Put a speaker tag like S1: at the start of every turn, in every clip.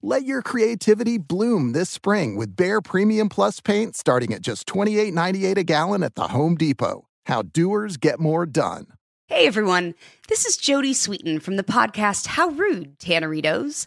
S1: Let your creativity bloom this spring with Bare Premium Plus paint starting at just $28.98 a gallon at the Home Depot. How doers get more done.
S2: Hey everyone, this is Jody Sweeten from the podcast How Rude, Tanneritos.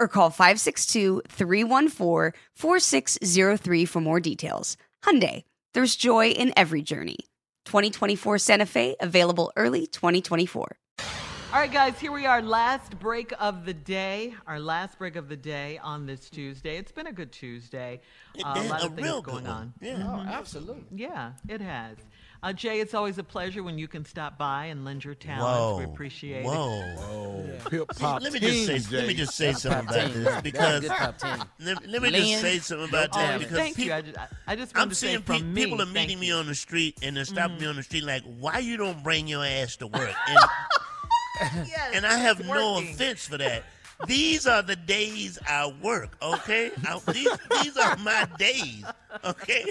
S2: or call 562-314-4603 for more details. Hyundai, there's joy in every journey. 2024 Santa Fe, available early 2024.
S3: All right, guys, here we are. Last break of the day. Our last break of the day on this Tuesday. It's been a good Tuesday. Uh, a lot of things going on. Mm-hmm.
S4: Yeah,
S5: Oh,
S4: absolutely.
S3: Yeah, it has. Uh, Jay, it's always a pleasure when you can stop by and lend your talents.
S4: Whoa.
S3: We appreciate it.
S4: Whoa.
S3: Oh,
S1: Hip hop.
S4: Let me just say let me just say something about this because let, let me just say something about
S3: Oh,
S4: that because
S3: thank you.
S4: people,
S3: I just, I- I just wanted
S4: I'm
S3: to say
S4: seeing
S3: from
S4: pe-
S3: me,
S4: people are
S3: thank
S4: meeting me
S3: you. Mm-hmm.
S4: on the street and they're stopping me on the street like, why you don't bring your ass to work? And, and I have no
S3: working.
S4: offense for that. These are the days I work, okay? I- these, these are my days, okay?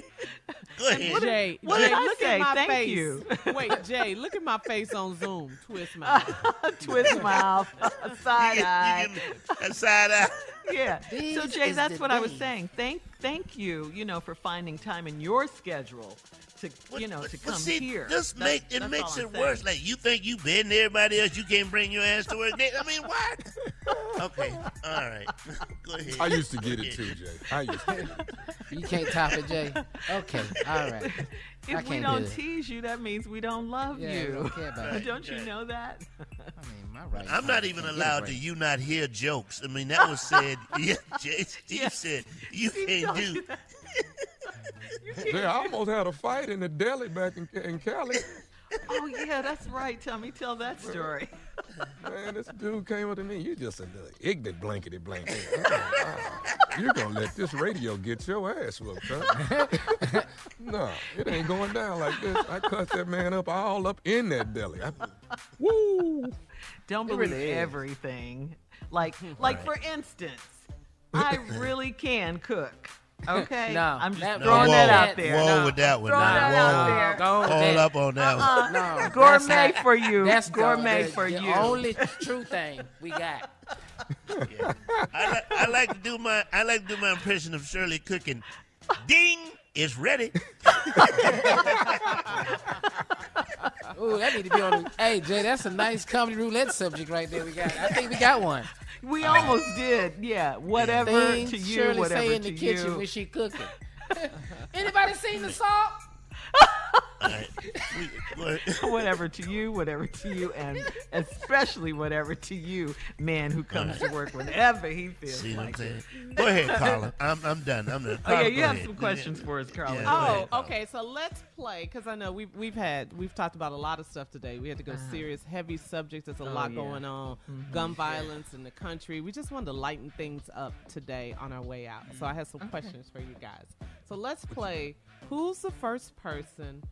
S4: Go ahead.
S5: Jay,
S3: what
S5: Jay,
S3: did I
S5: look
S3: say?
S5: at my
S3: Thank
S5: face.
S3: you.
S5: Wait, Jay, look at my face on Zoom. Twist my.
S3: Twist mouth, side eye.
S4: Side eye.
S3: yeah. so
S5: These
S3: Jay,
S5: is
S3: that's
S5: the
S3: what I was
S5: days.
S3: saying. Thank, thank you. You know, for finding time in your schedule to, you know, to come
S4: see,
S3: here.
S4: This
S3: That's-
S4: make, it
S3: that's
S4: makes
S3: all I'm
S4: it
S3: saying.
S4: worse. Like you think you better than everybody else, you can't bring your ass to work. They- I mean, what? okay, all right. Go ahead.
S6: I used to get it too, Jay. I used to. Get it.
S5: You can't top it, Jay. Okay, all right. I
S3: If we
S5: can't do
S3: don't
S5: that.
S3: tease you, that means we don't love
S5: Yeah,
S3: you.
S5: we don't care about it.
S3: Don't you know that?
S4: I'm not even allowed to you not hear jokes. I mean, that was said. Yeah, Jay Steve said you can't
S3: told
S4: do.
S3: you that.
S6: Jay, I almost had a fight in the deli back in, in Cali.
S3: Oh yeah, that's right. Tell me, tell that story.
S6: Man, this dude came up to me. You just an ignorant blankety blanket. Oh, wow. You're gonna let this radio get your ass whooped, huh? no, it ain't going down like this. I cussed that man up all up in that deli. I, woo!
S3: Don't believe everything. Like, like for instance, I really can cook. Okay,
S5: No,
S3: I'm just
S5: that-
S3: throwing
S4: whoa,
S3: that out there.
S4: Whoa, with that one.
S3: Throwing
S4: now.
S3: that out
S4: whoa.
S3: there.
S5: Go
S4: Hold up on that one.
S5: No,
S3: Uh-uh. Gourmet for you.
S5: That's
S3: gourmet
S5: the,
S3: for
S5: the
S3: you.
S5: Only true thing we got.
S4: I, li- I like to do my I like to do my impression of Shirley cooking. Ding. It's ready.
S5: Ooh, that need to be on. The, hey, Jay, that's a nice comedy roulette subject right there. We got. I think we got one.
S3: We almost did. Yeah. Whatever
S5: Things
S3: to you,
S5: Shirley
S3: whatever
S5: say in
S3: to
S5: the kitchen
S3: you.
S5: when she cooking. Anybody seen the salt?
S3: whatever to you, whatever to you, and especially whatever to you, man who comes to work whenever he feels
S4: See what I'm
S3: like
S4: saying?
S3: it.
S4: Go ahead, Carla. I'm, I'm done. I'm done.
S3: Oh,
S4: Carla,
S3: yeah, you
S4: go
S3: have
S4: ahead.
S3: some questions for us, Carla.
S4: Yeah, go
S7: Oh,
S4: ahead.
S7: okay. So let's play because I know we've we've had we've talked about a lot of stuff today. We had to go
S3: Uh-huh.
S7: serious, heavy subjects. There's a
S3: Oh,
S7: lot
S3: yeah.
S7: going on.
S3: Mhm.
S7: Gun
S3: Yeah.
S7: violence in the country. We just wanted to lighten things up today on our way out. So I have some
S3: Mm-hmm. Okay.
S7: questions for you guys. So let's play. Who's the first person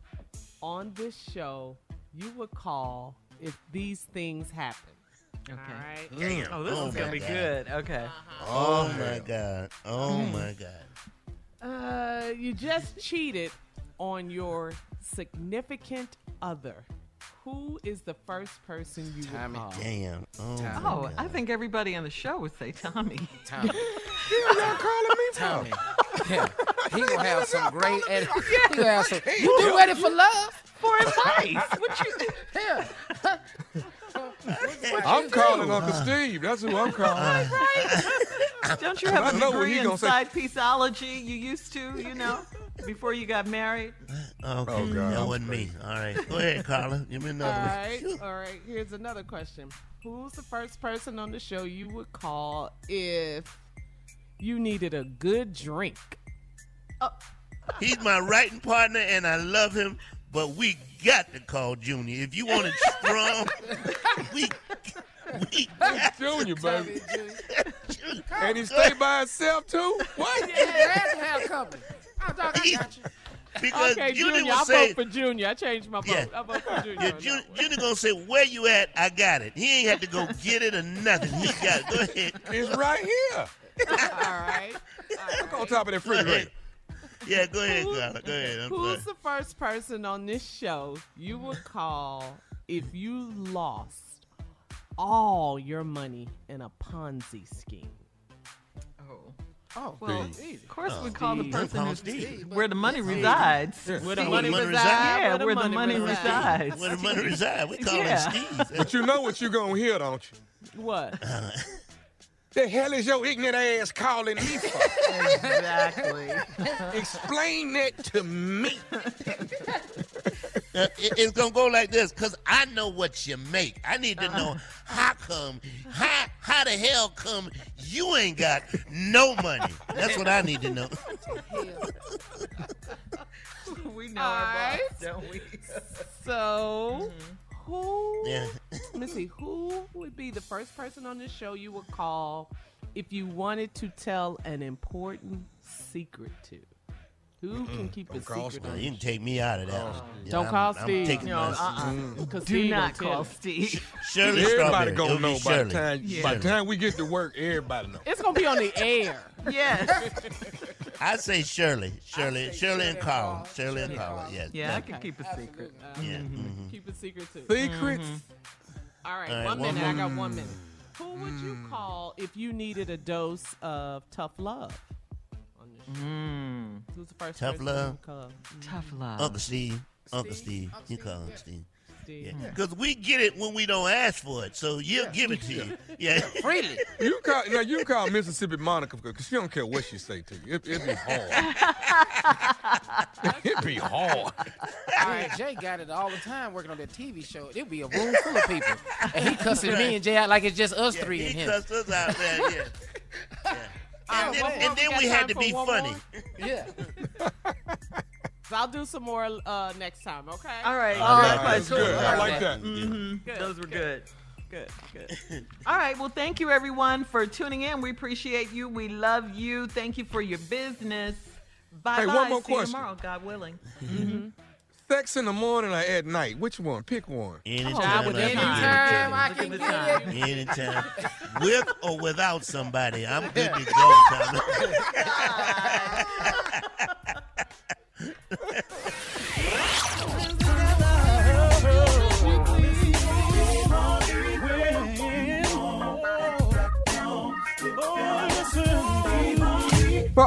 S7: on this show you would call if these things happen? Okay. All right.
S4: Damn.
S3: Oh, this is
S4: my
S3: gonna be
S4: God.
S3: good. Okay.
S7: Uh-huh.
S4: Oh,
S3: Oh,
S4: my
S3: hell.
S4: God. Oh
S7: Mm.
S4: my God.
S7: Uh, you just cheated on your significant other. Who is the first person you would call?
S4: Damn. Oh,
S7: Tommy.
S3: Oh, I think everybody on the show would say Tommy.
S5: Tommy.
S3: y'all calling me
S5: Tommy. Yeah, he gonna have some great. Ed-
S3: Yes.
S5: He gonna have some. You do ready for love?
S3: For advice. What you?
S5: Yeah.
S6: I'm calling Uncle Steve. That's who I'm calling.
S3: Oh Don't you
S6: I
S3: have a
S6: know what
S3: degree
S6: he
S3: in
S6: gonna say.
S3: side pieceology? You used to, you know, before you got married.
S4: Okay.
S6: Oh, God. Uh,
S4: That wasn't me. All right. Go ahead, Carla. Give me
S7: All
S4: another one.
S7: right, all right. Here's another question. Who's the first person on the show you would call if you needed a good drink?
S4: He's my writing partner, and I love him. But we got to call Junior if you want it strong. we, we got
S6: Junior,
S4: to-
S6: baby.
S4: Junior.
S6: And he stayed by himself too. What?
S5: Yeah, had to have company. Oh, dog, I got you.
S4: Because
S7: okay,
S4: Junior,
S7: Junior,
S4: will
S7: I
S4: say,
S7: vote for Junior. I changed my vote.
S4: Yeah.
S7: I vote for Junior.
S4: yeah,
S7: on
S4: Junior, Junior gonna say, "Where you at? I got it." He ain't had to go get it or nothing. He got it. Go ahead.
S6: It's right here.
S7: that one. all right.
S6: Look on top of that refrigerator.
S4: Yeah, go ahead, Carla. Go ahead. I'm sorry.
S7: Who's the first person on this show you would call if you lost all your money in a Ponzi scheme?
S3: Oh.
S5: Oh,
S3: Well,
S5: Steve.
S3: of course we
S5: Oh,
S3: call the
S5: Steve.
S3: person who's,
S5: Steve, but-
S3: where the money
S5: Steve.
S3: resides.
S6: Yeah.
S7: Where the
S3: Steve.
S7: money
S4: money
S7: reside.
S4: reside.
S3: Yeah, where the money resides.
S4: Where the money reside? We call
S3: Yeah.
S4: him Steve.
S6: But you know what you're gonna hear, don't you?
S7: What?
S4: Uh-huh.
S6: The hell is your ignorant ass calling me for?
S3: exactly.
S6: Explain that to me.
S4: Uh, it- it's gonna go like this, cause I know what you make. I need to
S6: Uh-huh.
S4: know how come, how how the hell come you ain't got no money? That's what I need to know.
S3: We know our
S7: Alright.
S3: boss, don't we?
S7: So, who?
S4: Mm-hmm. Yeah.
S7: Let me see. Who would be the first person on this show you would call if you wanted to tell an important secret to? Who can keep a
S6: call
S7: secret?
S4: Well,
S7: on
S4: you
S7: this
S4: can take me out of that. Yeah,
S7: Don't
S4: I'm-
S7: call
S4: I'm
S7: Steve.
S4: taking
S3: No,
S4: my Mm.
S3: uh-uh.
S7: show? 'Cause
S3: Do
S7: he gonna
S3: not
S7: tell
S3: call
S7: it.
S3: Steve.
S4: Shirley
S6: Everybody
S4: Strawberry.
S6: gonna
S4: It'll be
S6: know by the
S4: Shirley.
S6: time by the
S4: Shirley.
S6: time we get to work, everybody know.
S7: It's gonna be on the air.
S3: Yes.
S4: I say Shirley, Shirley,
S5: say
S4: Shirley,
S5: Shirley
S4: and Carla,
S5: Carl.
S4: Shirley and
S5: Shirley
S4: Carla.
S5: Carl.
S4: Yes.
S3: Yeah, I
S4: thank
S3: can keep a secret. Mm-hmm.
S7: Absolutely. Uh,
S4: you. Yeah.
S5: Mm-hmm.
S4: mhm.
S7: Keep a secret too. Mm-hmm.
S6: Secrets.
S7: All right,
S4: All right, one
S7: one, minute.
S4: more.
S7: I got one minute. Who would you
S5: Mm.
S7: call if you needed a dose of tough love? On this show?
S8: Mm.
S7: Who's the first
S4: Tough
S7: person
S4: love?
S7: you would call?
S3: Tough love. Mm-hmm.
S4: Uncle Steve, Uncle Steve, you call him Steve. Hmm.
S7: Steve.
S4: Yeah. Cause we get it when we don't ask for it, so he'll give it to you. Yeah.
S5: Freely.
S6: You call now you call Mississippi Monica because she don't care what she say to you. It, it'd be hard. it'd be
S5: All
S6: hard.
S5: right, Jay got it all the time working on that TV show. It'd be a room full of people, and he cussing me and Jay out like it's just us
S4: Yeah,
S5: three and
S4: he
S5: him.
S4: cussed us out there, yeah. Yeah. And
S7: right,
S4: then,
S7: one more.
S4: and then
S7: We
S4: we
S7: got
S4: had
S7: time
S4: to
S7: for
S4: be
S7: one
S4: funny.
S7: more?
S5: Yeah.
S7: So I'll do some more uh, next time. Okay.
S3: All right.
S5: All
S9: Oh,
S3: great
S5: right,
S6: That's
S3: question.
S6: good. I
S5: Cool.
S6: like that.
S9: Mm-hmm.
S3: Mhm. Those were good. Good, good. All right. Well, thank you everyone for tuning in. We appreciate you. We love you. Thank you for your business. Bye
S6: Hey,
S3: bye.
S6: one more
S3: See
S6: question.
S3: you tomorrow, God willing.
S4: Mm-hmm.
S6: Sex in the morning or at night? Which one? Pick one.
S4: Anytime,
S7: with
S4: Oh, I can
S5: Anytime I
S4: get
S5: can
S3: Look at the
S5: get it.
S4: it. Anytime. With or without somebody, I'm good to go, Tommy.
S3: For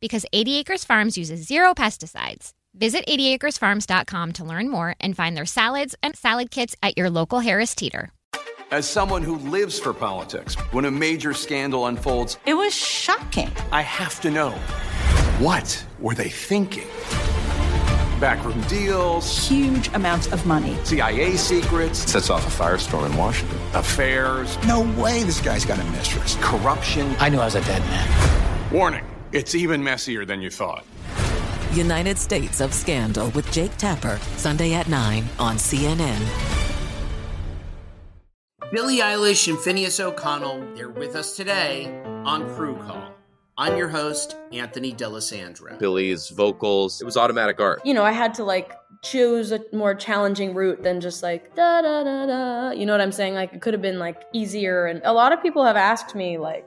S10: Because 80 Acres Farms uses zero pesticides. Visit 80acresfarms.com to learn more and find their salads and salad kits at your local Harris Teeter.
S11: As someone who lives for politics, when a major scandal unfolds,
S12: it was shocking.
S11: I have to know what were they thinking? Backroom deals,
S12: huge amounts of money,
S11: CIA secrets,
S13: sets off a firestorm in Washington,
S11: affairs.
S13: No way this guy's got a mistress.
S11: Corruption.
S12: I knew I was a dead man.
S11: Warning it's even messier than you thought.
S14: United States of Scandal with Jake Tapper, Sunday at 9 on CNN.
S15: Billie Eilish and Phineas O'Connell, they're with us today on Crew Call. I'm your host, Anthony Delisandro.
S16: Billie's vocals, it was automatic art.
S9: You know, I had to like choose a more challenging route than just like da da da da. You know what I'm saying? Like it could have been like easier. And a lot of people have asked me, like,